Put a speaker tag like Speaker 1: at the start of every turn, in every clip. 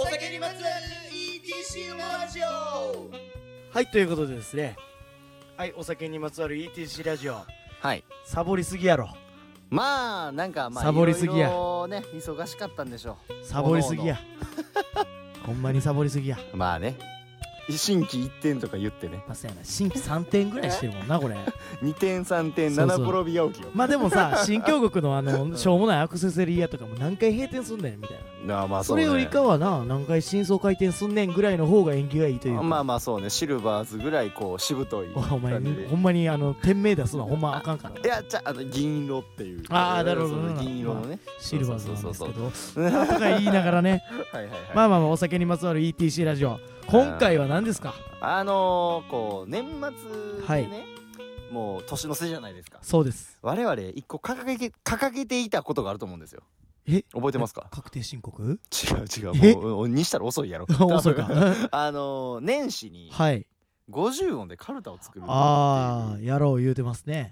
Speaker 1: お酒にまつわる ETC のラジオ
Speaker 2: はいということでですねはいお酒にまつわる ETC ラジオ
Speaker 3: はい
Speaker 2: サボりすぎやろ
Speaker 3: まあなんかまあ
Speaker 2: サボりすぎや
Speaker 3: いろいろね忙しかったんでしょ
Speaker 2: サボりすぎやほんまにサボりすぎや
Speaker 3: うまあね新規1点とか言ってね
Speaker 2: まあ、そうやな新規3点ぐらいしてるもんなこれ
Speaker 3: 2点3点
Speaker 2: そう
Speaker 3: 7
Speaker 2: そう
Speaker 3: 転びが起きよ
Speaker 2: まあでもさ新京極のあのしょうもないアクセサリー屋とかも何回閉店すんねんみたいな
Speaker 3: なあまあ
Speaker 2: そうれ
Speaker 3: ね
Speaker 2: よりかはな何回真相回転すんねんぐらいの方が縁起がいいというか
Speaker 3: まあまあそうねシルバーズぐらいこうしぶとい
Speaker 2: おお前
Speaker 3: 感じで
Speaker 2: ほんまにあの店名出すのはほんまあかんから
Speaker 3: いやじゃああの銀色っていう
Speaker 2: あーなるほど
Speaker 3: そうそう銀色のね、
Speaker 2: シルバーズなんですけど
Speaker 3: う
Speaker 2: なんとか言いながら ね
Speaker 3: はいはいはい、
Speaker 2: まあまあまあお酒にまつわる ETC ラジオ今回は何ですか
Speaker 3: あのー、こう年末でね、
Speaker 2: はい
Speaker 3: もう年の瀬じゃないですか
Speaker 2: そうです
Speaker 3: 我々一個掲げ掲げていたことがあると思うんですよ
Speaker 2: え
Speaker 3: 覚えてます か
Speaker 2: 確定申告
Speaker 3: 違う
Speaker 2: え
Speaker 3: 違うもうにしたら 遅いやろ
Speaker 2: 遅い
Speaker 3: 多分
Speaker 2: か
Speaker 3: あのー、年始に
Speaker 2: はい
Speaker 3: 50音でカルタを作るっていう
Speaker 2: ああやろう言うてますね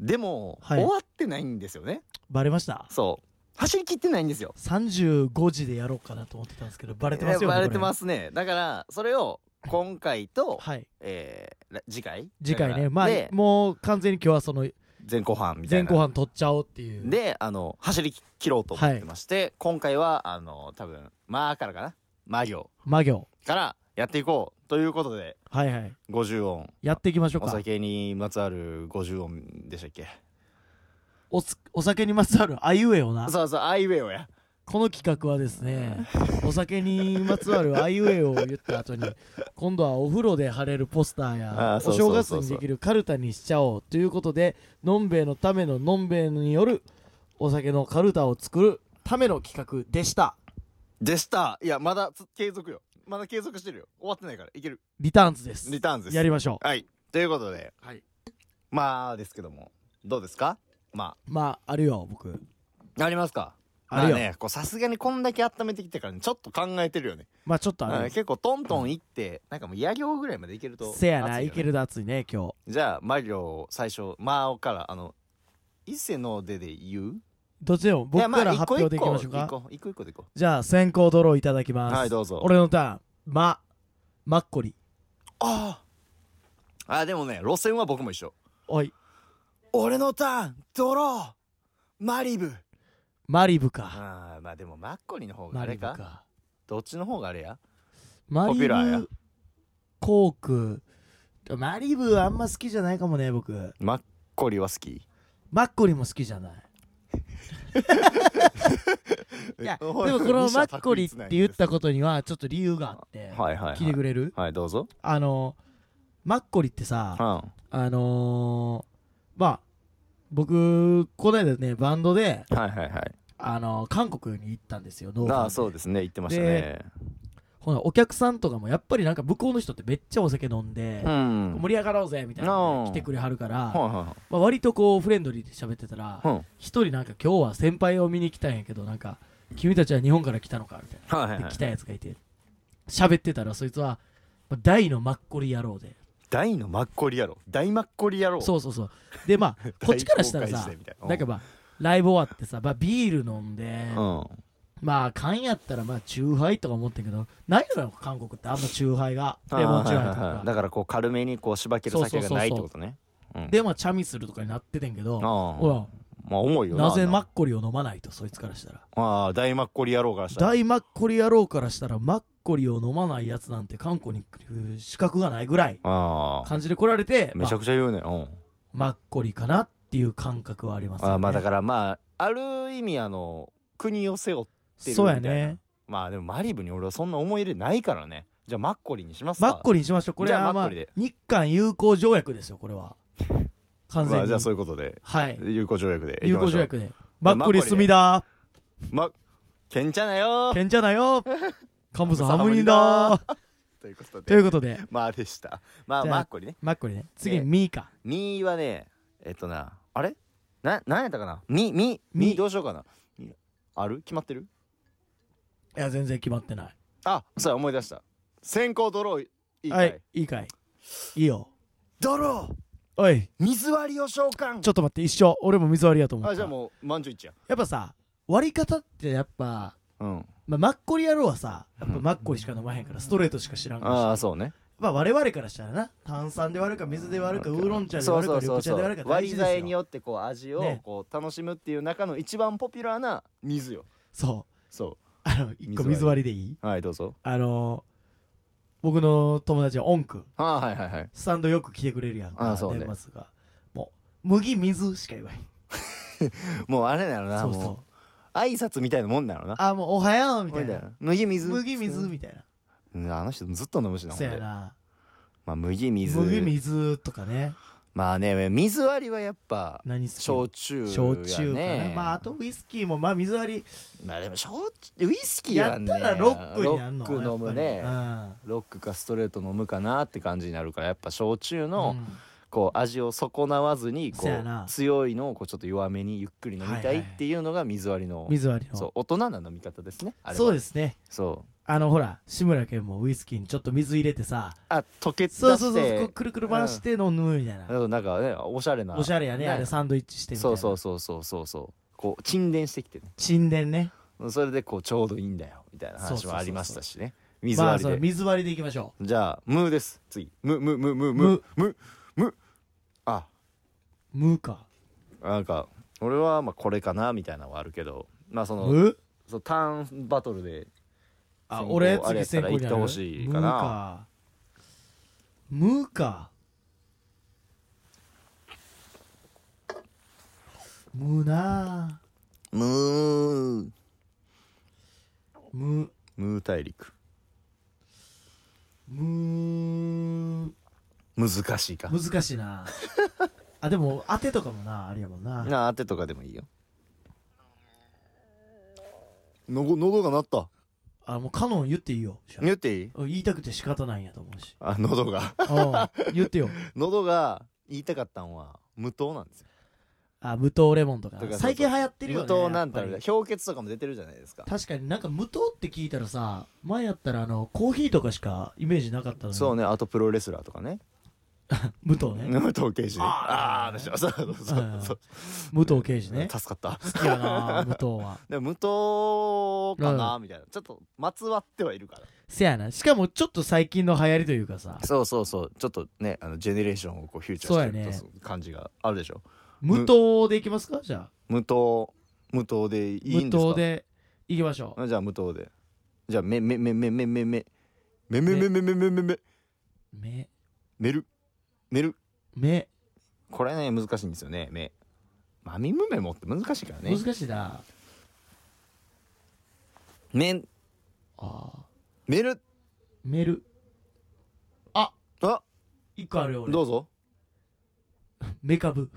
Speaker 3: でも、
Speaker 2: はい
Speaker 3: 終わってないんですよね
Speaker 2: バレました
Speaker 3: そう走り切ってないんですよ
Speaker 2: 35時でやろうかなと思ってたんですけどバレてますよ
Speaker 3: えー
Speaker 2: ね
Speaker 3: バレてますすねだからそれを今回と、
Speaker 2: はい
Speaker 3: えーら次回
Speaker 2: 次
Speaker 3: だ
Speaker 2: 回
Speaker 3: から
Speaker 2: ねまあ
Speaker 3: で
Speaker 2: もう完全に今日はその
Speaker 3: 前後半みたい
Speaker 2: 前
Speaker 3: な
Speaker 2: 後半取っちゃおうっていう
Speaker 3: であの走り切ろうと思ってまして、今回はあの多分まあからかなま行
Speaker 2: 魔行
Speaker 3: からやっていこうということで
Speaker 2: はいはい
Speaker 3: 50音
Speaker 2: やっていきましょう
Speaker 3: お
Speaker 2: か
Speaker 3: 酒にまつわる50音でしたっけ
Speaker 2: おつお酒にまつわるあいうえおな
Speaker 3: そうそうアイウェイをや
Speaker 2: この企画はですねお酒にまつわるあいうえおを言った後に今度はお風呂で貼れるポスター
Speaker 3: あ
Speaker 2: や
Speaker 3: ーそ
Speaker 2: お
Speaker 3: うそ
Speaker 2: 正
Speaker 3: う
Speaker 2: 月
Speaker 3: そうそう
Speaker 2: にできるカルタにしちゃおうということでのんべえのためののんべえによるお酒のカルタを作るための企画でした
Speaker 3: でしたいやまだつ継続よまだ継続してるよ終わってないからいける
Speaker 2: リターンズです
Speaker 3: リターンズです
Speaker 2: やりましょ
Speaker 3: はいということで、
Speaker 2: はい
Speaker 3: まあですけどもどうですかま
Speaker 2: うまああるよ僕
Speaker 3: あありますか
Speaker 2: あるよ
Speaker 3: まねこうさすがにこんだけ温めてきてからねちょっと考えてるよね
Speaker 2: まあちょっとあ
Speaker 3: うん
Speaker 2: る
Speaker 3: 結構トントンいって、なんかもう野行ぐらいまでいけると
Speaker 2: せやな
Speaker 3: 熱よ
Speaker 2: い
Speaker 3: ね
Speaker 2: けるだ熱いね今日
Speaker 3: じゃあマリオ最初マオからあの伊勢の出で言う
Speaker 2: どっちでも
Speaker 3: い
Speaker 2: 僕
Speaker 3: やまあ
Speaker 2: から発表でいきましょ
Speaker 3: 一
Speaker 2: うか
Speaker 3: 個一個一個一個でいこ
Speaker 2: じゃあ先行ドローいただき
Speaker 3: う
Speaker 2: ます
Speaker 3: はいどうぞ
Speaker 2: 俺のターンまマッコリ
Speaker 3: あああでもね路線は僕も一緒
Speaker 2: おい
Speaker 3: 俺のターンドローマリブ
Speaker 2: マリブか
Speaker 3: ああまあでもマッコリの方が
Speaker 2: マ
Speaker 3: あ
Speaker 2: リ
Speaker 3: れ
Speaker 2: ブ
Speaker 3: か
Speaker 2: か
Speaker 3: どっちの方があれや
Speaker 2: マ
Speaker 3: ポ
Speaker 2: リ
Speaker 3: ピュラーや
Speaker 2: ブコークマリブあんま好きじゃないかもね僕
Speaker 3: マッコリは好き
Speaker 2: マッコリも好きじゃない いやでもこのマッコリって言ったことにはちょっと理由があって
Speaker 3: はいはいはい
Speaker 2: 聞いてくれる
Speaker 3: はいどうぞ
Speaker 2: あのマッコリってさ
Speaker 3: うん
Speaker 2: あのー、まあ僕この間ねバンドで、
Speaker 3: はいはいはい
Speaker 2: あのー韓国に行ったんですよノーファン
Speaker 3: あ
Speaker 2: で
Speaker 3: あそうですね言ってましたね
Speaker 2: ほなお客さんとかもやっぱりなんか向こうの人ってめっちゃお酒飲んで、
Speaker 3: うん
Speaker 2: 盛り上がろうぜみたいなの
Speaker 3: う
Speaker 2: で
Speaker 3: ん
Speaker 2: 来てくれはるから、
Speaker 3: はいは
Speaker 2: まあ、割とこうフレンドリーで喋ってたら
Speaker 3: いはいうん
Speaker 2: 一、人なんか今日は先輩を見に来たんやけどなんか君たちは日本から来たのかみたい
Speaker 3: はいはい
Speaker 2: な
Speaker 3: は
Speaker 2: で
Speaker 3: い
Speaker 2: 来たやつがいて喋ってたらそいつはまあ大のマッコリ野郎で
Speaker 3: 大のマッコリやろ大マッコリやろ
Speaker 2: そうそうそうで まあこっちからしたらさなんかまあライブ終わってさ、まあ、ビール飲んで、
Speaker 3: うん
Speaker 2: まあ缶やったらまあチューハイとか思ってんけどないのよ韓国ってあんまチューハイがレモンチューハイと
Speaker 3: はいはいは
Speaker 2: か
Speaker 3: いだからこう軽めにこうしばける酒がないってことねうん
Speaker 2: でまあチャミスルとかになっててんけど
Speaker 3: あ
Speaker 2: ほ
Speaker 3: あ
Speaker 2: ら
Speaker 3: まあ重いよ
Speaker 2: なぜマ
Speaker 3: マ
Speaker 2: ッコリを飲まないとそいつからしたら
Speaker 3: ああ大マッコリ野郎からしたら
Speaker 2: 大マッコリ野郎からしたらマッコリを飲まないやつなんて韓国に来る資格がないぐらい
Speaker 3: ああ
Speaker 2: 感じで来られて
Speaker 3: めちゃ
Speaker 2: まあ
Speaker 3: くちゃ言うねうん
Speaker 2: マッコリかなっていう感覚はありますよね
Speaker 3: ああまあだからまあある意味あの国を背負っててる
Speaker 2: そうや
Speaker 3: みたい
Speaker 2: ね
Speaker 3: なまあでもマリブに俺はそんな思い入れないからねじゃあマッコリにしますか
Speaker 2: マッコリにしましょうこれ
Speaker 3: じゃ
Speaker 2: は
Speaker 3: あマッ
Speaker 2: ま
Speaker 3: コ
Speaker 2: あ
Speaker 3: リで
Speaker 2: 日韓友好条約ですよこれは
Speaker 3: ま
Speaker 2: 完全
Speaker 3: あ
Speaker 2: に
Speaker 3: じゃあそういうことで
Speaker 2: はい
Speaker 3: 友好条約でいきまし
Speaker 2: 友
Speaker 3: ょ
Speaker 2: 好
Speaker 3: う
Speaker 2: 条約でマ
Speaker 3: まあ
Speaker 2: ッコリ
Speaker 3: マッコリで
Speaker 2: 隅田
Speaker 3: まけんちゃなよー
Speaker 2: けんじゃなよ カムサハムニ
Speaker 3: ハ
Speaker 2: だ
Speaker 3: ということ
Speaker 2: とい
Speaker 3: で
Speaker 2: うことで
Speaker 3: まあでしたまあ
Speaker 2: じゃあ
Speaker 3: マッコリね
Speaker 2: マッコリね次
Speaker 3: ええ
Speaker 2: ミーか
Speaker 3: みはねえっとなあれな何やったかなみみ
Speaker 2: み
Speaker 3: みどうしようかなみある決まってる
Speaker 2: いや全然決まってない
Speaker 3: あそうや思い出した先行ドローいいか、
Speaker 2: はいいいいかいいいよ
Speaker 3: ドロ
Speaker 2: おい
Speaker 3: ー水割りを召喚
Speaker 2: ちょっと待って一緒俺も水割りやと思った
Speaker 3: あじゃあもう満場一致や
Speaker 2: やっぱさ割り方ってやっぱ
Speaker 3: うん
Speaker 2: まあ、マッコリ野郎はさやっぱマッコリしか飲まへんからストレートしか知らんから
Speaker 3: ああ
Speaker 2: さ
Speaker 3: そうね
Speaker 2: まあ我々からしたらな炭酸で割るか水で割るかウーロン茶で
Speaker 3: そう
Speaker 2: 割る
Speaker 3: そ
Speaker 2: か
Speaker 3: うそ
Speaker 2: 緑
Speaker 3: う
Speaker 2: 茶
Speaker 3: そ
Speaker 2: で割
Speaker 3: う
Speaker 2: るか大
Speaker 3: 割り
Speaker 2: 事ですよ
Speaker 3: 剤によってこう味を
Speaker 2: ね
Speaker 3: こう楽しむっていう中の一番ポピュラーな水よ
Speaker 2: そう
Speaker 3: そ
Speaker 2: あの一
Speaker 3: 水
Speaker 2: 個
Speaker 3: 割り
Speaker 2: 水割りでいいう
Speaker 3: はいどうぞ
Speaker 2: あの僕の友達はオン君
Speaker 3: ああはいはいはい
Speaker 2: スタンドよく来てくれるやんか
Speaker 3: あそうね
Speaker 2: 年末がもう麦水しか言わへん
Speaker 3: もうあれなのな
Speaker 2: そう
Speaker 3: も
Speaker 2: そう
Speaker 3: う挨拶みたいなもんなのな
Speaker 2: あもうおはようみたい
Speaker 3: みたい
Speaker 2: な
Speaker 3: な麦水
Speaker 2: 麦水みたいな
Speaker 3: うんあの人ずっと飲むしな
Speaker 2: そうや
Speaker 3: ほんで
Speaker 2: な
Speaker 3: まあ麦水
Speaker 2: 麦水とかね
Speaker 3: まあね水割りはやっぱ
Speaker 2: 何好
Speaker 3: 焼
Speaker 2: き
Speaker 3: 酎やね
Speaker 2: 焼酎かなまああとウイスキーもまあ水割り
Speaker 3: まあでも焼酎ウイスキー
Speaker 2: や
Speaker 3: は
Speaker 2: っ
Speaker 3: ね
Speaker 2: たらロックになるの
Speaker 3: ロック飲むね
Speaker 2: やっぱ
Speaker 3: ロックかストレート飲むかなって感じになるからやっぱ焼酎
Speaker 2: りうん
Speaker 3: のこう味を損なわずにこ
Speaker 2: そやな
Speaker 3: う強いのをこうちょっと弱めにゆっくり飲み
Speaker 2: はい
Speaker 3: た
Speaker 2: はい
Speaker 3: い
Speaker 2: はい
Speaker 3: っていうのが水割りの
Speaker 2: うん水割りの
Speaker 3: そう大人な飲み方ですねあれは
Speaker 2: そうですね
Speaker 3: そう
Speaker 2: あのほら志村けんもウイスキーにちょっと水入れてさ
Speaker 3: あ溶け出して
Speaker 2: そうそうそうこうくるくる回して飲むみたいな
Speaker 3: うんなんかねおしゃれな
Speaker 2: おしゃれやねあれサンドイッチしてみたい
Speaker 3: そ
Speaker 2: な
Speaker 3: うそうそうそうそうそうこう沈殿してきてね
Speaker 2: 沈殿ね
Speaker 3: それでこうちょうどいいんだよみたいな
Speaker 2: そう
Speaker 3: 話
Speaker 2: そうそう
Speaker 3: も
Speaker 2: そう
Speaker 3: ありましたしね水
Speaker 2: まあ
Speaker 3: 割り
Speaker 2: そう
Speaker 3: で、
Speaker 2: 水割りでいきましょ
Speaker 3: じゃあムーです次ムムムムムムムあ
Speaker 2: う無か
Speaker 3: なんか俺はまあこれかなみたいなのはあるけどまあその
Speaker 2: 無
Speaker 3: そうターンバトルで
Speaker 2: あ
Speaker 3: 先行
Speaker 2: 俺
Speaker 3: あれ
Speaker 2: 次
Speaker 3: やったら
Speaker 2: 先
Speaker 3: 行
Speaker 2: 行にあ
Speaker 3: っ
Speaker 2: る
Speaker 3: てほしいかな
Speaker 2: 無か無か無なあ
Speaker 3: ムー
Speaker 2: 無
Speaker 3: ムー大陸
Speaker 2: 無
Speaker 3: 難しいか
Speaker 2: 難し いなあでも当てとかもなあれやもんな
Speaker 3: なあ当てとかでもいいよのご喉が鳴った
Speaker 2: あもうカノン言っていいよじゃあ
Speaker 3: 言っていい
Speaker 2: 言いたくて仕方ないんやと思うし
Speaker 3: あ喉が
Speaker 2: うん言ってよ
Speaker 3: 喉が言いたかったんは無糖なんですよ
Speaker 2: あ無糖レモンとか
Speaker 3: とか
Speaker 2: 最近流行ってるよね
Speaker 3: 無糖なんてある
Speaker 2: やっぱ
Speaker 3: 氷結とかも出てるじゃないですか
Speaker 2: り確かになんか無糖って聞いたらさ前やったらあのコーヒーとかしかイメージなかったのに
Speaker 3: そうねあとプロレスラーとかね
Speaker 2: 武藤ね
Speaker 3: 無糖刑事ねあーあでしょそうそうそ
Speaker 2: はいう
Speaker 3: そう
Speaker 2: 武藤刑事ね
Speaker 3: 助かった
Speaker 2: 好きや な武藤は
Speaker 3: でも無糖かな
Speaker 2: う
Speaker 3: みたいなちょっとまつわってはいるから
Speaker 2: せやなしかもちょっと最近の流行りというかさ
Speaker 3: そうそうそうちょっとねあのジェネレーションをこうフューチャーしてる
Speaker 2: そう
Speaker 3: と感じがあるでしょ
Speaker 2: 無糖でいきますかじゃあ
Speaker 3: 無糖無糖でいいんです
Speaker 2: 無
Speaker 3: か
Speaker 2: 糖でいきましょう
Speaker 3: あじゃあ無糖でじゃあめめめめめめめめめめめめめめめ
Speaker 2: 目
Speaker 3: めるめる
Speaker 2: 目
Speaker 3: これね難しいんですよねめまみむめもって難しいからね
Speaker 2: 難しいな
Speaker 3: め
Speaker 2: あー
Speaker 3: める
Speaker 2: メール
Speaker 3: あ
Speaker 2: 一個あるよ
Speaker 3: ど
Speaker 2: 俺
Speaker 3: うぞ
Speaker 2: メカブ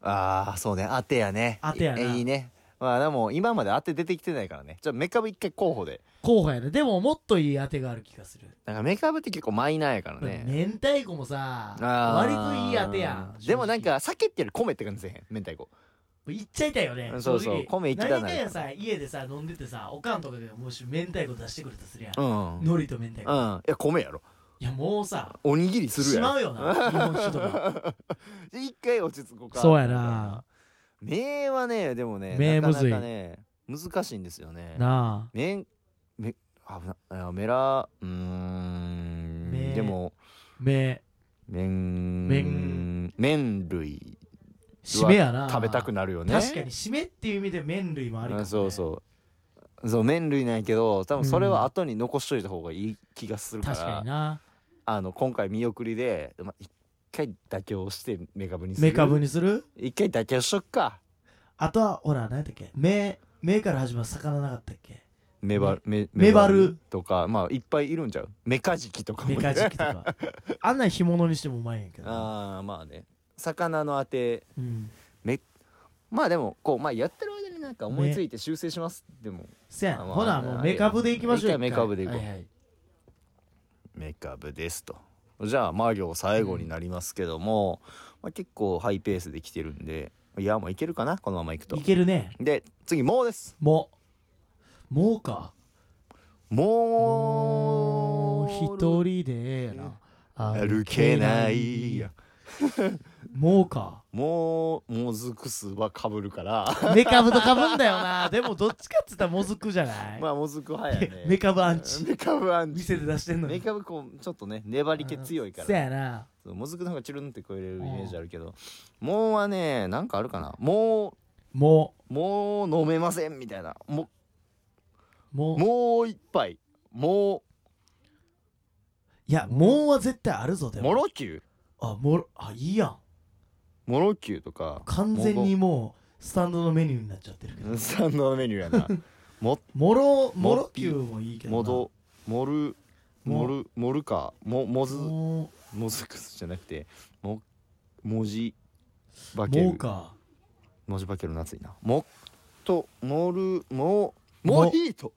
Speaker 3: ああそうね当てやね
Speaker 2: 当てやない
Speaker 3: いいねまあでも今まで当て出てきてないからねじゃあメカブ一回候補で
Speaker 2: 候補やねでももっといい当てがある気がする、
Speaker 3: なんかメカブって結構マイナーやからね
Speaker 2: 明太子もさ割
Speaker 3: あ
Speaker 2: と
Speaker 3: ー
Speaker 2: いい当てやん
Speaker 3: でもなんか酒ってより米って感じせえへん明太子
Speaker 2: いっちゃいたいよね
Speaker 3: そうそう
Speaker 2: 正直
Speaker 3: 米いきたない
Speaker 2: 何かやさ家でさ飲んでてさおかんとかがもし明太子出してくれたとするやん、
Speaker 3: うんうんい
Speaker 2: 海苔と明太子、い
Speaker 3: や米やろ
Speaker 2: やもうさ
Speaker 3: おにぎりする
Speaker 2: し
Speaker 3: やろ
Speaker 2: まう よな日本酒とか
Speaker 3: じゃあ一回落ち着こうか
Speaker 2: そうやな
Speaker 3: 名はねでもね
Speaker 2: 名
Speaker 3: なか
Speaker 2: むずい
Speaker 3: なかね難しいんですよね
Speaker 2: なあ
Speaker 3: めめ危ないやメラうーん
Speaker 2: め
Speaker 3: でも
Speaker 2: 目
Speaker 3: 麺
Speaker 2: 麺
Speaker 3: 麺類
Speaker 2: 締めやな
Speaker 3: 食べたくなるよね
Speaker 2: 確かに締めっていう意味で麺類もありかも、
Speaker 3: あ
Speaker 2: ね、
Speaker 3: そうそうそう麺類なんやけど多分それは後に残しといた方がいい気がするか
Speaker 2: 確
Speaker 3: ら、
Speaker 2: かにな
Speaker 3: あの今回見送りで、まあ、一回妥協してメカブにする
Speaker 2: メカブにする
Speaker 3: 一回妥協しとくか
Speaker 2: あとはほら何やったっけ目目から始まる魚なかったっけ
Speaker 3: メバメ
Speaker 2: メバル
Speaker 3: とかまあいっぱいいるんちゃうメカジキとかも
Speaker 2: メカジキとかあんなん干物にしてもうまいんやけど な
Speaker 3: ああまあね魚のあて
Speaker 2: うん
Speaker 3: まあでもこうまあやってる間になんか思いついて修正します、でも
Speaker 2: せやな
Speaker 3: まあ
Speaker 2: ほなもうメカブでいきましょう
Speaker 3: 一回メカブでいこう
Speaker 2: はいはい
Speaker 3: メカブですとじゃあまあ行最後になりますけども、まあ、結構ハイペースで来てるんでいやもういけるかなこのままいくと
Speaker 2: いけるね
Speaker 3: で次もうです
Speaker 2: もうもうか
Speaker 3: も
Speaker 2: も
Speaker 3: う
Speaker 2: う一人でやな
Speaker 3: 歩けない
Speaker 2: もうか
Speaker 3: もうもずく酢はかぶるから
Speaker 2: メカブとかぶんだよな でもどっちかっつったらもずくじゃない、
Speaker 3: まあもずく 派やね
Speaker 2: メカブアンチ
Speaker 3: メカブアン チ
Speaker 2: 店で出してんの
Speaker 3: メ
Speaker 2: に
Speaker 3: カブこうちょっとね粘り気強いか
Speaker 2: せ
Speaker 3: ら
Speaker 2: やな
Speaker 3: そうもずくの方がチュルンって超えれるイメージあるけどもうはねなんかあるかなも
Speaker 2: も
Speaker 3: うもう飲めませんみたいなも
Speaker 2: うも う
Speaker 3: もう一杯も
Speaker 2: いやもうは絶対あるぞ
Speaker 3: う
Speaker 2: でも
Speaker 3: もろきゅう
Speaker 2: あもろあいいやん
Speaker 3: もろきゅうとか
Speaker 2: 完全にもうスタンドのメニューになっちゃってるけど
Speaker 3: スタンドのメニューや なも
Speaker 2: もろもろ
Speaker 3: も
Speaker 2: きゅうもいいけどな
Speaker 3: もどもるもるもるかももず
Speaker 2: も
Speaker 3: もずくすじゃなくてももじバ
Speaker 2: う
Speaker 3: ケ
Speaker 2: もう
Speaker 3: ル
Speaker 2: か
Speaker 3: もじバケルの熱いなもっともるも
Speaker 2: も
Speaker 3: モヒート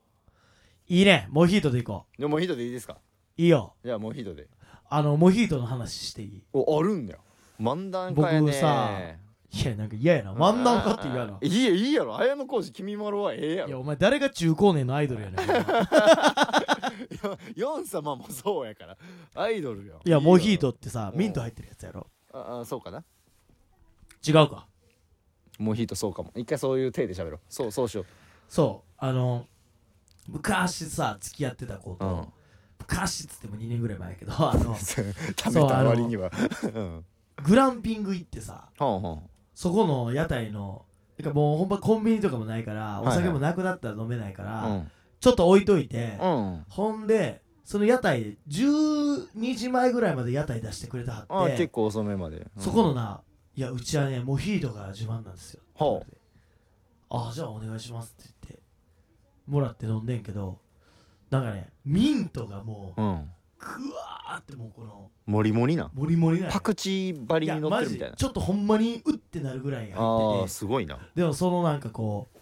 Speaker 2: いいねモヒートでいこ
Speaker 3: でもモヒートでいいですか
Speaker 2: ういいよ
Speaker 3: じゃあモヒートで
Speaker 2: あのモヒートの話していい
Speaker 3: おあるんだよ漫談会やね
Speaker 2: 僕さいやなんか嫌やな漫談家って嫌やない
Speaker 3: いやいいやろ綾小路君まろはええや
Speaker 2: いや
Speaker 3: ろ
Speaker 2: お前誰が中高年のアイドルやねん
Speaker 3: ヨン様もそうやからアイドルよ
Speaker 2: いやモヒー
Speaker 3: ト
Speaker 2: トってさミント入ってるやつやろ
Speaker 3: ああそうかな
Speaker 2: 違うか
Speaker 3: モヒートそうかも一回そういう体で喋ろうそうそうしよ
Speaker 2: そうあの昔さ付き合ってた子
Speaker 3: う
Speaker 2: と、昔っつっても2年ぐらい前やけどあの
Speaker 3: 食べた割にはうん
Speaker 2: グランピング行ってさ
Speaker 3: ほんほん
Speaker 2: そこの屋台のてかもうほんまコンビニとかもないから
Speaker 3: いは
Speaker 2: お
Speaker 3: い
Speaker 2: 酒もなくなったら飲めないから、
Speaker 3: うん
Speaker 2: ちょっと置いといて、
Speaker 3: うん
Speaker 2: ほんでその屋台12時前ぐらいまで屋台出してくれては
Speaker 3: あ
Speaker 2: っ
Speaker 3: あ
Speaker 2: て
Speaker 3: 結構遅めまで
Speaker 2: そこのな、いや、うちはね、モヒートが自慢なんですよ。
Speaker 3: ほう
Speaker 2: ああ、じゃあお願いしますって言って、もらって飲んでんけど、なんかね、ミントがもう、
Speaker 3: うん
Speaker 2: くわーってもうこの、
Speaker 3: モリモリな
Speaker 2: もりもりな
Speaker 3: パクチーば
Speaker 2: リ
Speaker 3: りに乗ってるみたいな
Speaker 2: ちょっとほんまにうってなるぐらい入
Speaker 3: あ
Speaker 2: っ
Speaker 3: あ
Speaker 2: てて、
Speaker 3: すごいな
Speaker 2: でもそのなんかこう、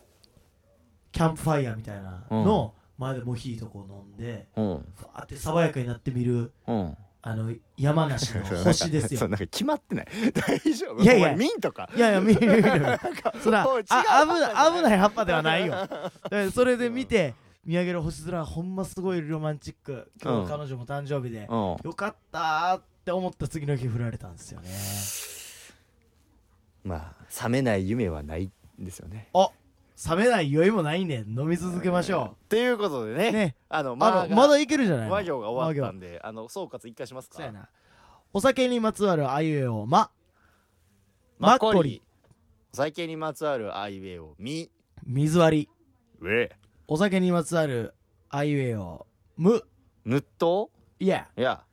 Speaker 2: キャンプファイヤーみたいなの、前でモヒートこう飲んで、
Speaker 3: うん
Speaker 2: ふわーって爽やかになってみる、
Speaker 3: うん
Speaker 2: あの、山 梨の星です
Speaker 3: そう
Speaker 2: よ。
Speaker 3: なんか決まってない 大丈夫
Speaker 2: いやいや
Speaker 3: お前ミントか
Speaker 2: いやいや、見る見る見る。そら
Speaker 3: おい違う
Speaker 2: あ危ない危ない葉っぱではないよ だからそれで見て見上げる星空はほんますごいロマンチック今日彼女も誕生日で、
Speaker 3: うん
Speaker 2: よかったーって思った次の日振られたんですよね
Speaker 3: まあ冷めない夢はないんですよね
Speaker 2: あ冷めない酔いもないね飲み続けましょ
Speaker 3: ということで
Speaker 2: う
Speaker 3: ね
Speaker 2: ね
Speaker 3: あの
Speaker 2: あのまだいけるじゃないの
Speaker 3: 和行が終わった
Speaker 2: 和行
Speaker 3: んであの総括一回します
Speaker 2: そう
Speaker 3: か
Speaker 2: やなお酒にまつわるあゆえをまマッコリ
Speaker 3: 最近にまつわるアイウェイをみ
Speaker 2: 水割り
Speaker 3: ウェ
Speaker 2: お酒にまつわるあゆえをむ
Speaker 3: ぬっと
Speaker 2: いや
Speaker 3: いや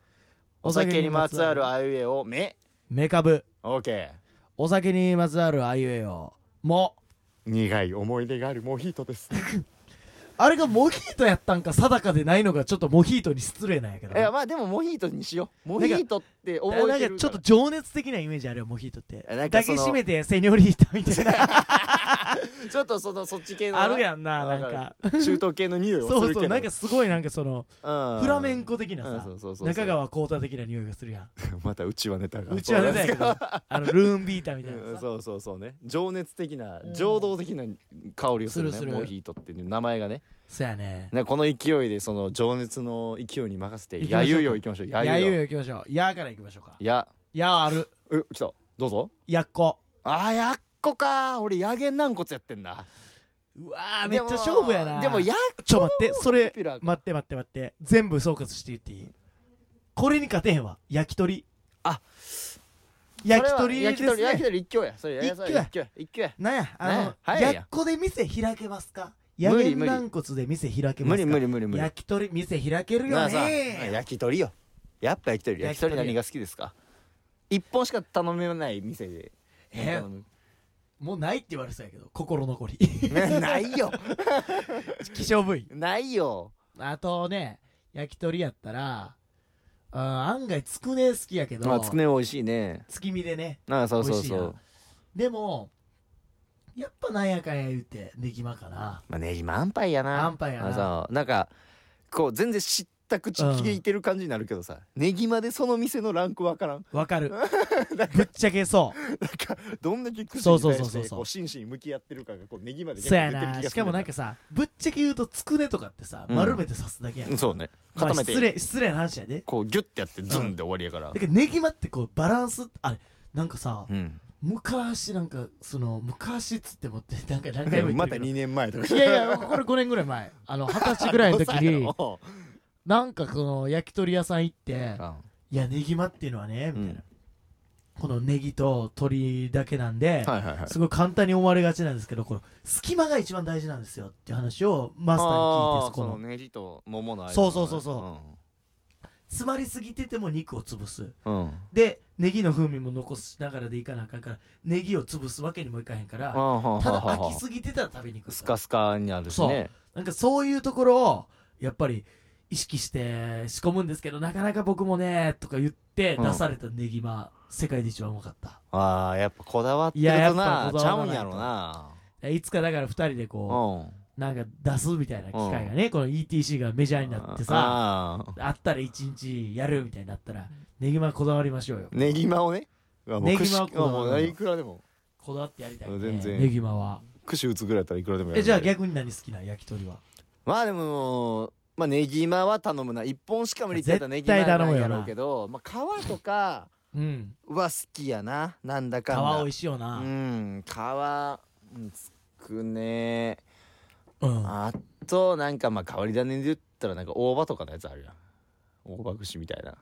Speaker 3: お酒にまつわるアイウェイをめ
Speaker 2: めかぶ
Speaker 3: オーケ
Speaker 2: お酒にまつわるあゆえをも
Speaker 3: ー苦い思い出があるモヒートです
Speaker 2: あれがモヒートやったんか定かでないのがちょっとモヒートに失礼なんやけど
Speaker 3: いやまあでもモヒートにしよ うモヒートって覚えてる
Speaker 2: な
Speaker 3: か
Speaker 2: ん
Speaker 3: ら
Speaker 2: かちょっと情熱的なイメージあるよモヒートって
Speaker 3: えなんか
Speaker 2: 抱
Speaker 3: そ
Speaker 2: き
Speaker 3: の
Speaker 2: しめてセニョリータみたいな
Speaker 3: ちょっとそのそっち系の
Speaker 2: あるやん ななん
Speaker 3: わ
Speaker 2: か
Speaker 3: 中東系の匂いをする
Speaker 2: そう
Speaker 3: けど
Speaker 2: そうなんかすごいなんかその
Speaker 3: うん
Speaker 2: フラメンコ的な
Speaker 3: うん
Speaker 2: さ
Speaker 3: そうそうそう
Speaker 2: 中川浩太的な匂いがするやん
Speaker 3: またうちはネタが
Speaker 2: うちはねだけどあのルーンビータみたい
Speaker 3: うん
Speaker 2: なさ
Speaker 3: そうそうそうね情熱的な
Speaker 2: うん
Speaker 3: 情動的な香りをするね
Speaker 2: するする
Speaker 3: モヒートっていう名前がね
Speaker 2: そうやね
Speaker 3: ねこの勢いでその情熱の勢いに任せて
Speaker 2: 行きま
Speaker 3: や
Speaker 2: しょうか
Speaker 3: ゆよ行きましょうや
Speaker 2: や
Speaker 3: ゆ
Speaker 2: ゆう
Speaker 3: よ
Speaker 2: よ行きましょうやから行きましょうか
Speaker 3: や
Speaker 2: やある
Speaker 3: う来たどうぞ
Speaker 2: やっこ
Speaker 3: あーやっこか俺やげん軟骨やってんだ
Speaker 2: うわーめっちゃ勝負やな
Speaker 3: でもや
Speaker 2: ちょ待ってそれ
Speaker 3: ピラ
Speaker 2: 待って待って待って全部総括して言っていいこれに勝てへんわ焼き鳥
Speaker 3: あ
Speaker 2: 焼き鳥で
Speaker 3: 焼き鳥
Speaker 2: す
Speaker 3: 焼き
Speaker 2: ね
Speaker 3: 鳥一挙やそれ
Speaker 2: 一
Speaker 3: や
Speaker 2: 挙や
Speaker 3: や一挙や一挙や
Speaker 2: なんやあ
Speaker 3: ね
Speaker 2: の、
Speaker 3: 早いやん
Speaker 2: やっこで店開けますか
Speaker 3: 無
Speaker 2: や
Speaker 3: 理
Speaker 2: げん軟骨で店開けますか
Speaker 3: 無理無理無理無理
Speaker 2: 焼き鳥店開けるよ
Speaker 3: なあさ
Speaker 2: ね
Speaker 3: 焼き鳥よやっぱ焼き鳥
Speaker 2: 焼
Speaker 3: 焼
Speaker 2: き
Speaker 3: き
Speaker 2: 鳥
Speaker 3: 鳥何が好きですか一本しか頼めない店で
Speaker 2: え
Speaker 3: 頼む
Speaker 2: もうないって言われてたんやけど心残り
Speaker 3: ね ないよ
Speaker 2: 希少部位
Speaker 3: ないよ
Speaker 2: あとね焼き鳥やったらうん案外つくね好きやけど、
Speaker 3: まあつくね美味しいね
Speaker 2: 月見でね
Speaker 3: ああそうそう
Speaker 2: 美味しい
Speaker 3: そ
Speaker 2: な
Speaker 3: う
Speaker 2: でもやっぱなんやかんや言うてねぎまかな
Speaker 3: まあね今安牌やな
Speaker 2: 安牌やな
Speaker 3: あそうなんかこう全然知った口聞いてる感じになるけどさ、ネギまでその店のランクわからん
Speaker 2: わかるぶっちゃけそ
Speaker 3: どんだけ口に対して
Speaker 2: そうそうそうそう
Speaker 3: こう真摯に向き合ってるかがこうネギま
Speaker 2: う
Speaker 3: で
Speaker 2: そや
Speaker 3: 結構出てる気が
Speaker 2: な
Speaker 3: する
Speaker 2: しかもなんかさぶっちゃけ言うとつくねとかってさ、
Speaker 3: うん
Speaker 2: 丸めて刺すだけやん、
Speaker 3: うんそうね
Speaker 2: まあ
Speaker 3: 固めて、
Speaker 2: 失礼失礼な話やで
Speaker 3: こうギュッてやってズンで終わりやから、
Speaker 2: だけどねぎまってこうバランスあれなんかさ
Speaker 3: うん、
Speaker 2: 昔なんかその昔っつってもって なんか何回も言
Speaker 3: ま
Speaker 2: って
Speaker 3: た
Speaker 2: るけ
Speaker 3: 2年前とか
Speaker 2: ど いやいやこれ5年ぐらい前あの二十歳ぐらいの時に
Speaker 3: お
Speaker 2: なんかこの焼き鳥屋さん行って
Speaker 3: あ
Speaker 2: 「いやネギまっていうのはね」
Speaker 3: う
Speaker 2: みたい
Speaker 3: ん
Speaker 2: な、このネギと鶏だけなんで、
Speaker 3: はいはいはい
Speaker 2: すごい簡単に思われがちなんですけどこの隙間が一番大事なんですよっていう話をマスターに聞い
Speaker 3: ああ
Speaker 2: てそこ
Speaker 3: そ
Speaker 2: の
Speaker 3: のネギと桃の間
Speaker 2: そうそうそうそ
Speaker 3: そ
Speaker 2: 詰まりすぎてても肉を潰す
Speaker 3: うん、うん、
Speaker 2: でネギの風味も残しながらでいかなあかんからネギを潰すわけにもいかへんからただ飽きすぎてたら食べにくい
Speaker 3: スカスカになるしね
Speaker 2: なんかそういうところをやっぱり意識して仕込むんですけどなかなか僕もねとか言って
Speaker 3: うん
Speaker 2: 出されたネギま、世界で一番うまかった
Speaker 3: ああやっぱこだわって
Speaker 2: い
Speaker 3: る
Speaker 2: やや
Speaker 3: と
Speaker 2: っぱ
Speaker 3: な
Speaker 2: こ
Speaker 3: ち
Speaker 2: だ
Speaker 3: ゃ
Speaker 2: わら
Speaker 3: う
Speaker 2: ないと
Speaker 3: んやろな
Speaker 2: でいつかだから2人で
Speaker 3: う
Speaker 2: こ
Speaker 3: ん
Speaker 2: うなんか出すみたいな機会がね、この ETC がメジャーになってさ
Speaker 3: さ
Speaker 2: あったら一日やるみたいになったらネギまこだわりましょうよ
Speaker 3: ネギマをねうわもう
Speaker 2: ネギマは
Speaker 3: 串あも
Speaker 2: こだわ
Speaker 3: う
Speaker 2: る
Speaker 3: いくらでも
Speaker 2: こだわってやりたい、ね、
Speaker 3: 全然
Speaker 2: ネギまは
Speaker 3: 串打つぐらいやったらいくらでもやる
Speaker 2: えじゃあ逆に何好きな焼き鳥は
Speaker 3: まあでもまあネギマは頼むな一本しか無理ってやったらネギマ
Speaker 2: 絶対
Speaker 3: な
Speaker 2: 頼
Speaker 3: ん
Speaker 2: むよ
Speaker 3: や
Speaker 2: な
Speaker 3: ろうけどまあ皮とか
Speaker 2: うん
Speaker 3: は好きやななんだ
Speaker 2: 皮
Speaker 3: かんだ
Speaker 2: 美味しいよな
Speaker 3: うん皮うんつくね
Speaker 2: うん
Speaker 3: あとなんかまあ変わり種で言ったらなんか大葉とかのやつあるやん大葉串みたいな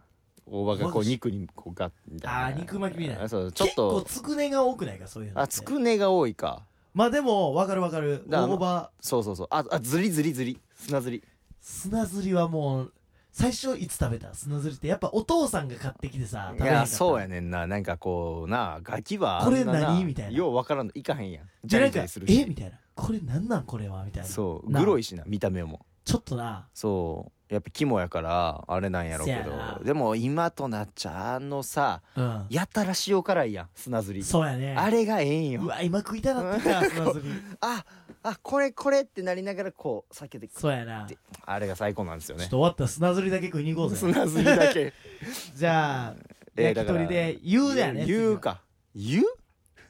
Speaker 3: 大葉がこ
Speaker 2: 大葉
Speaker 3: う
Speaker 2: 串
Speaker 3: 肉にこうガッみたいな
Speaker 2: あー肉巻きみたいな
Speaker 3: あそうちょっと
Speaker 2: 結構つくねが多くないかそういうの
Speaker 3: あ
Speaker 2: って
Speaker 3: つくねが多いか
Speaker 2: まあでも分かる分かる
Speaker 3: だから
Speaker 2: 大葉
Speaker 3: そうそうそうああずりずりずり砂ずり
Speaker 2: 砂ずりはもう最初いつ食べた砂ずりってやっぱお父さんが買ってきてさ
Speaker 3: い
Speaker 2: 食べへんか
Speaker 3: や
Speaker 2: った
Speaker 3: そうやねんななんかこうなガキは
Speaker 2: これ
Speaker 3: あんな
Speaker 2: 何みたいな
Speaker 3: ようわからんのいかへんやんジ
Speaker 2: で
Speaker 3: ャ
Speaker 2: な
Speaker 3: リ
Speaker 2: ん
Speaker 3: ジャ
Speaker 2: か
Speaker 3: リする
Speaker 2: え
Speaker 3: し
Speaker 2: みたいなこれなんなんこれはみたいな
Speaker 3: そう
Speaker 2: なあ
Speaker 3: グロいしな見た目も
Speaker 2: ちょっとな
Speaker 3: そうやっぱ肝やからあれなんやろうけ
Speaker 2: せやな
Speaker 3: どでも今となっちゃあのさ
Speaker 2: うん
Speaker 3: やたら塩辛いやん砂ずり
Speaker 2: そうやね
Speaker 3: あれがええんよ
Speaker 2: うわ今食いたなってきた砂ず り
Speaker 3: ああこれこれってなりながらこう避けてく
Speaker 2: そうやな
Speaker 3: で
Speaker 2: ちょ
Speaker 3: あれが最高なんですよ
Speaker 2: っと
Speaker 3: ね
Speaker 2: 終わったら砂ずりだけ食いに行こうぜ
Speaker 3: 砂ずりだけ
Speaker 2: じゃあ
Speaker 3: えー
Speaker 2: 焼き鳥で言うだよね
Speaker 3: 言うか言う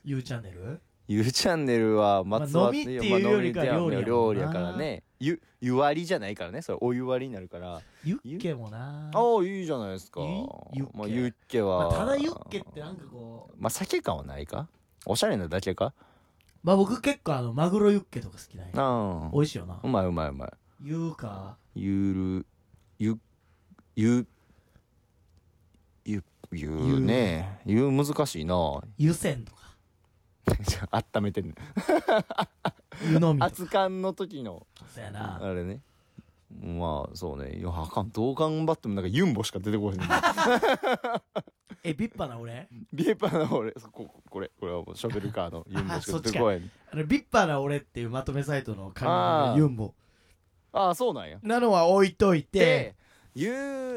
Speaker 2: 言うチャンネル
Speaker 3: ゆうチャンネルは松
Speaker 2: まあ
Speaker 3: は
Speaker 2: 飲みっていうよりかは料理やもんな
Speaker 3: 料理やからねゆ湯割りじゃないからねそれお湯割りになるから
Speaker 2: ユッケもな
Speaker 3: ああいいじゃないですか
Speaker 2: ゆユッケ
Speaker 3: まあユッケは、
Speaker 2: まあただユッケってなんかこう
Speaker 3: まあ酒感はないかおしゃれなだけか
Speaker 2: まあ僕結構あのマグロユッケとか好きなんや
Speaker 3: ああ
Speaker 2: 美味しいよな
Speaker 3: うまいうまいうまい
Speaker 2: 言うか
Speaker 3: ゆるゆゆゆゆ
Speaker 2: ゆ
Speaker 3: ねゆ難しいな
Speaker 2: 湯せんとか
Speaker 3: じゃあ温めてんね
Speaker 2: 湯飲みとか
Speaker 3: 熱燗の時の
Speaker 2: そうや
Speaker 3: あ
Speaker 2: な
Speaker 3: れねまあそうねいやあかんどう頑張ってもなんかユンボしか出てこ へんね
Speaker 2: えビッパな俺
Speaker 3: ビエパーの俺そここれこれはもうショベルカー のユンボしか出てこへん
Speaker 2: あのビッパな俺っていうまとめサイトの会
Speaker 3: あー
Speaker 2: 話ユンボ
Speaker 3: ああそうなんや
Speaker 2: なのは置いといて
Speaker 3: でゆ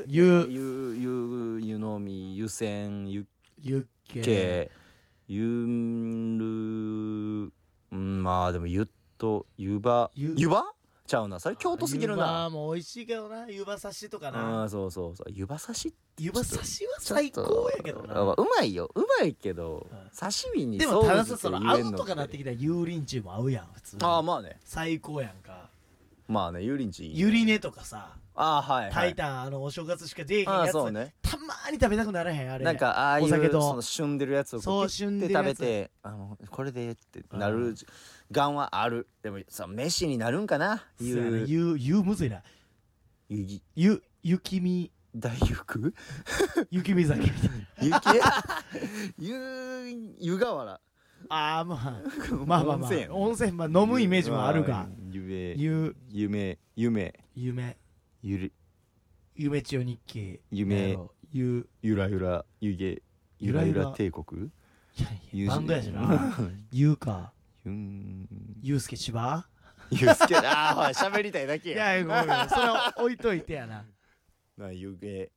Speaker 2: ゆ
Speaker 3: ゆゆ湯飲み湯煎湯
Speaker 2: ユッケ
Speaker 3: けゆるうんまあでもゆっと湯葉
Speaker 2: ゆ
Speaker 3: 湯葉ちゃうなそれ京都すぎる
Speaker 2: あ
Speaker 3: な
Speaker 2: ーも美味しいけどな湯葉刺しとか
Speaker 3: あ
Speaker 2: な
Speaker 3: あそうそうそう湯葉刺し
Speaker 2: 湯葉刺しは最
Speaker 3: ちょっ
Speaker 2: 高
Speaker 3: と
Speaker 2: やけど
Speaker 3: あ
Speaker 2: な
Speaker 3: うまいようまいけど
Speaker 2: うん
Speaker 3: 刺身に
Speaker 2: でもたださ
Speaker 3: ソ
Speaker 2: そ
Speaker 3: ース
Speaker 2: の
Speaker 3: 入れ
Speaker 2: 合
Speaker 3: んの
Speaker 2: うとかなってきたら油淋鶏も合うやん普通
Speaker 3: ああまあね
Speaker 2: 最高やんか
Speaker 3: まあね油淋鶏
Speaker 2: ゆりねとかさ
Speaker 3: ああはいは
Speaker 2: 炊
Speaker 3: い
Speaker 2: いたんあのお正月しか出えへん
Speaker 3: あ
Speaker 2: や
Speaker 3: あ
Speaker 2: つ
Speaker 3: そうね
Speaker 2: たまーに食べたくならへんあれ
Speaker 3: なんかああい
Speaker 2: お酒
Speaker 3: う
Speaker 2: と
Speaker 3: その旬でるやつをこ
Speaker 2: そうう
Speaker 3: ピュッ
Speaker 2: 旬
Speaker 3: て
Speaker 2: でるや
Speaker 3: 食
Speaker 2: つ
Speaker 3: べてあのこれでってなる願はあるでもさ飯になるんかな
Speaker 2: そうやな
Speaker 3: ゆ
Speaker 2: ゆゆむずいな
Speaker 3: ゆぎ
Speaker 2: ゆ 雪見
Speaker 3: 大福
Speaker 2: 雪見酒みたいな
Speaker 3: ゆきゆ湯河原
Speaker 2: あーまあまあまあまあ
Speaker 3: 温泉
Speaker 2: 温泉まあ飲むイメージもあるが
Speaker 3: 夢
Speaker 2: ゆ
Speaker 3: 夢夢
Speaker 2: 夢
Speaker 3: ゆる
Speaker 2: 夢千代日記
Speaker 3: 夢
Speaker 2: やろゆ
Speaker 3: ゆらゆら湯気ゆらゆら帝国
Speaker 2: いやい
Speaker 3: ゆ
Speaker 2: やバンドやしな ゆか
Speaker 3: ゆん
Speaker 2: ゆうすけ千葉
Speaker 3: ゆうすけああほら喋りたいだけ
Speaker 2: い
Speaker 3: や
Speaker 2: やいやごめんごめんそれは置いといてやな
Speaker 3: な湯気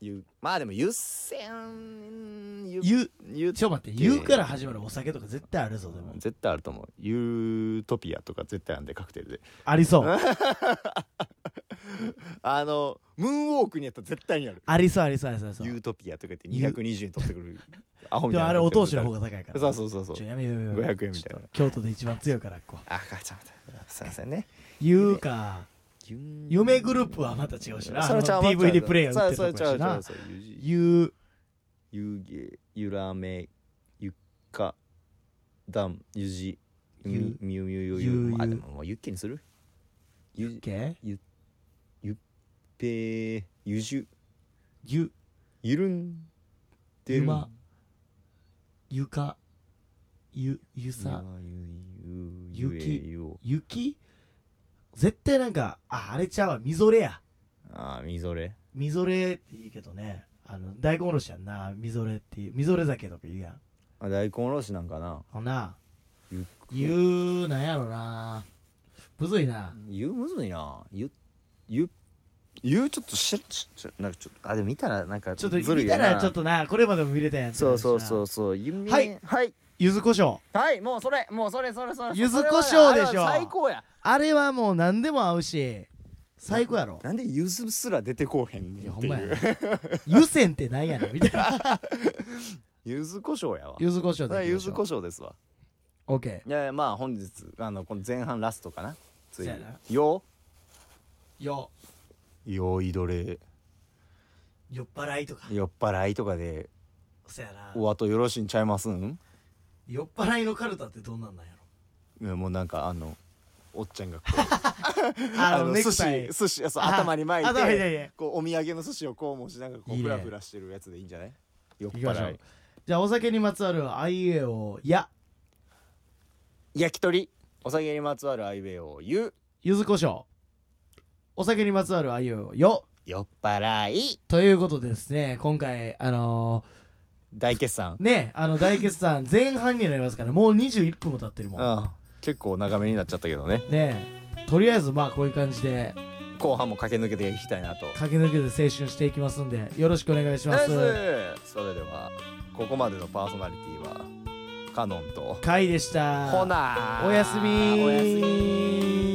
Speaker 3: ゆまあでも湯煎ゆ
Speaker 2: ゆ
Speaker 3: ゆ
Speaker 2: ちょ待ってゆうから始まるお酒とか絶対あるぞでも
Speaker 3: 絶対あると思うユートピアとか絶対あんでカクテルで
Speaker 2: ありそう
Speaker 3: あのムーンウォークにやったら絶対にある
Speaker 2: ありそうありそうありそうありそう
Speaker 3: ユートピアとか言って220円取ってくるアホみ
Speaker 2: で
Speaker 3: たい
Speaker 2: も
Speaker 3: な
Speaker 2: あれお通しの方
Speaker 3: が
Speaker 2: が高いから
Speaker 3: そうそうそうそう
Speaker 2: ちょやめようやめよう
Speaker 3: 500円みたいな
Speaker 2: ちょっと京都で一番強いからこう
Speaker 3: あかちゃんすいませんね
Speaker 2: 言うか
Speaker 3: 夢
Speaker 2: 嫁グループはまた違うしな
Speaker 3: それちゃう
Speaker 2: あの DVD プレイヤー売って
Speaker 3: それ
Speaker 2: る
Speaker 3: ち
Speaker 2: とこや
Speaker 3: ゃう
Speaker 2: し
Speaker 3: ちゃ
Speaker 2: な
Speaker 3: うちゃう
Speaker 2: 言う
Speaker 3: 湯気ゆらめゆっかだんゆじゆみゆみゆゆ
Speaker 2: ゆ
Speaker 3: ゆ
Speaker 2: ゆ
Speaker 3: あでももうゆっけにするゆ
Speaker 2: ゆけ
Speaker 3: ぺゆじゅ
Speaker 2: ゆ
Speaker 3: ゆるんで
Speaker 2: ゆ
Speaker 3: る
Speaker 2: まゆかゆゆ
Speaker 3: ゆ
Speaker 2: さ
Speaker 3: わゆゆゆ
Speaker 2: ゆ
Speaker 3: え
Speaker 2: き
Speaker 3: ゆお
Speaker 2: ゆき絶対なんかああれちゃうわみぞれや
Speaker 3: あーみぞれ
Speaker 2: みぞれって言うけどねあの大根おろしやんなみぞれっていうみぞれ酒とか言うやん
Speaker 3: あ大根おろしなんかな
Speaker 2: ほな
Speaker 3: ゆ
Speaker 2: ゆうなんやろなむずいな
Speaker 3: ゆむずいなゆゆゆちょっとしちょちょなんかちょっとあでも見たらなんか
Speaker 2: ちょっと
Speaker 3: ずるい
Speaker 2: 見
Speaker 3: よ
Speaker 2: た
Speaker 3: な
Speaker 2: らちょっとなこれまでも見れたやん
Speaker 3: そうそうそううそう夢
Speaker 2: はい
Speaker 3: はい
Speaker 2: ゆずこしょう
Speaker 3: はいもうそれもうそれそれそれ
Speaker 2: 柚子
Speaker 3: それ
Speaker 2: 胡椒でしょ
Speaker 3: あれは最高や
Speaker 2: あれはもう何でも合うし最高やろ
Speaker 3: なんでゆずすら出てこうへんね
Speaker 2: い
Speaker 3: ん
Speaker 2: や
Speaker 3: っ
Speaker 2: ほ
Speaker 3: て
Speaker 2: んま
Speaker 3: い
Speaker 2: や
Speaker 3: う
Speaker 2: な湯煎ってなん やねんみたいな
Speaker 3: ゆず胡椒やわ
Speaker 2: ゆずこしょう
Speaker 3: それは
Speaker 2: で
Speaker 3: ゆ
Speaker 2: いき
Speaker 3: ず
Speaker 2: まし
Speaker 3: 胡
Speaker 2: ょう
Speaker 3: 椒ですわ
Speaker 2: OK
Speaker 3: いやいやまあ本日あのこの前半ラストかなつい
Speaker 2: そうやな
Speaker 3: よ
Speaker 2: よ
Speaker 3: よいどれ
Speaker 2: 酔っ払いとか
Speaker 3: 酔っ払いとかで
Speaker 2: そやな
Speaker 3: お後よろしいんちゃいますん
Speaker 2: 酔っ払いのカルタってどんなんなんやろ
Speaker 3: いやもうなんかあのおっちゃんがこう
Speaker 2: あ
Speaker 3: あ
Speaker 2: の
Speaker 3: の
Speaker 2: ネ
Speaker 3: 寿
Speaker 2: クタイ
Speaker 3: 司寿司そう
Speaker 2: あ
Speaker 3: 頭に巻い
Speaker 2: 頭に
Speaker 3: て
Speaker 2: 巻いて
Speaker 3: こうお土産の寿司をこうもしなんかこ
Speaker 2: いういね
Speaker 3: フラフラしてるやつでいいんじゃない酔っ
Speaker 2: いきましょ
Speaker 3: 払
Speaker 2: う
Speaker 3: い
Speaker 2: じゃあお酒にまつわるあいうえおや
Speaker 3: 焼き鳥お酒にまつわるアイウェイを言う
Speaker 2: ゆずこしょうお酒にまつわるあいうえおよ
Speaker 3: 酔っ払い
Speaker 2: ということでですね今回あの
Speaker 3: 大決算
Speaker 2: ー、ねあの大決算前半になりますからもう21分も経ってるもん
Speaker 3: うん結構長めになっちゃったけどね
Speaker 2: ねえとりあえずまあこういう感じで
Speaker 3: 後半も駆け抜けていきたいなと
Speaker 2: 駆け抜けて青春していきますんでよろしくお願いしま
Speaker 3: ですそれではここまでのパーソナリティはカノンと
Speaker 2: カイでした
Speaker 3: ほな
Speaker 2: おやすみ
Speaker 3: おやすみ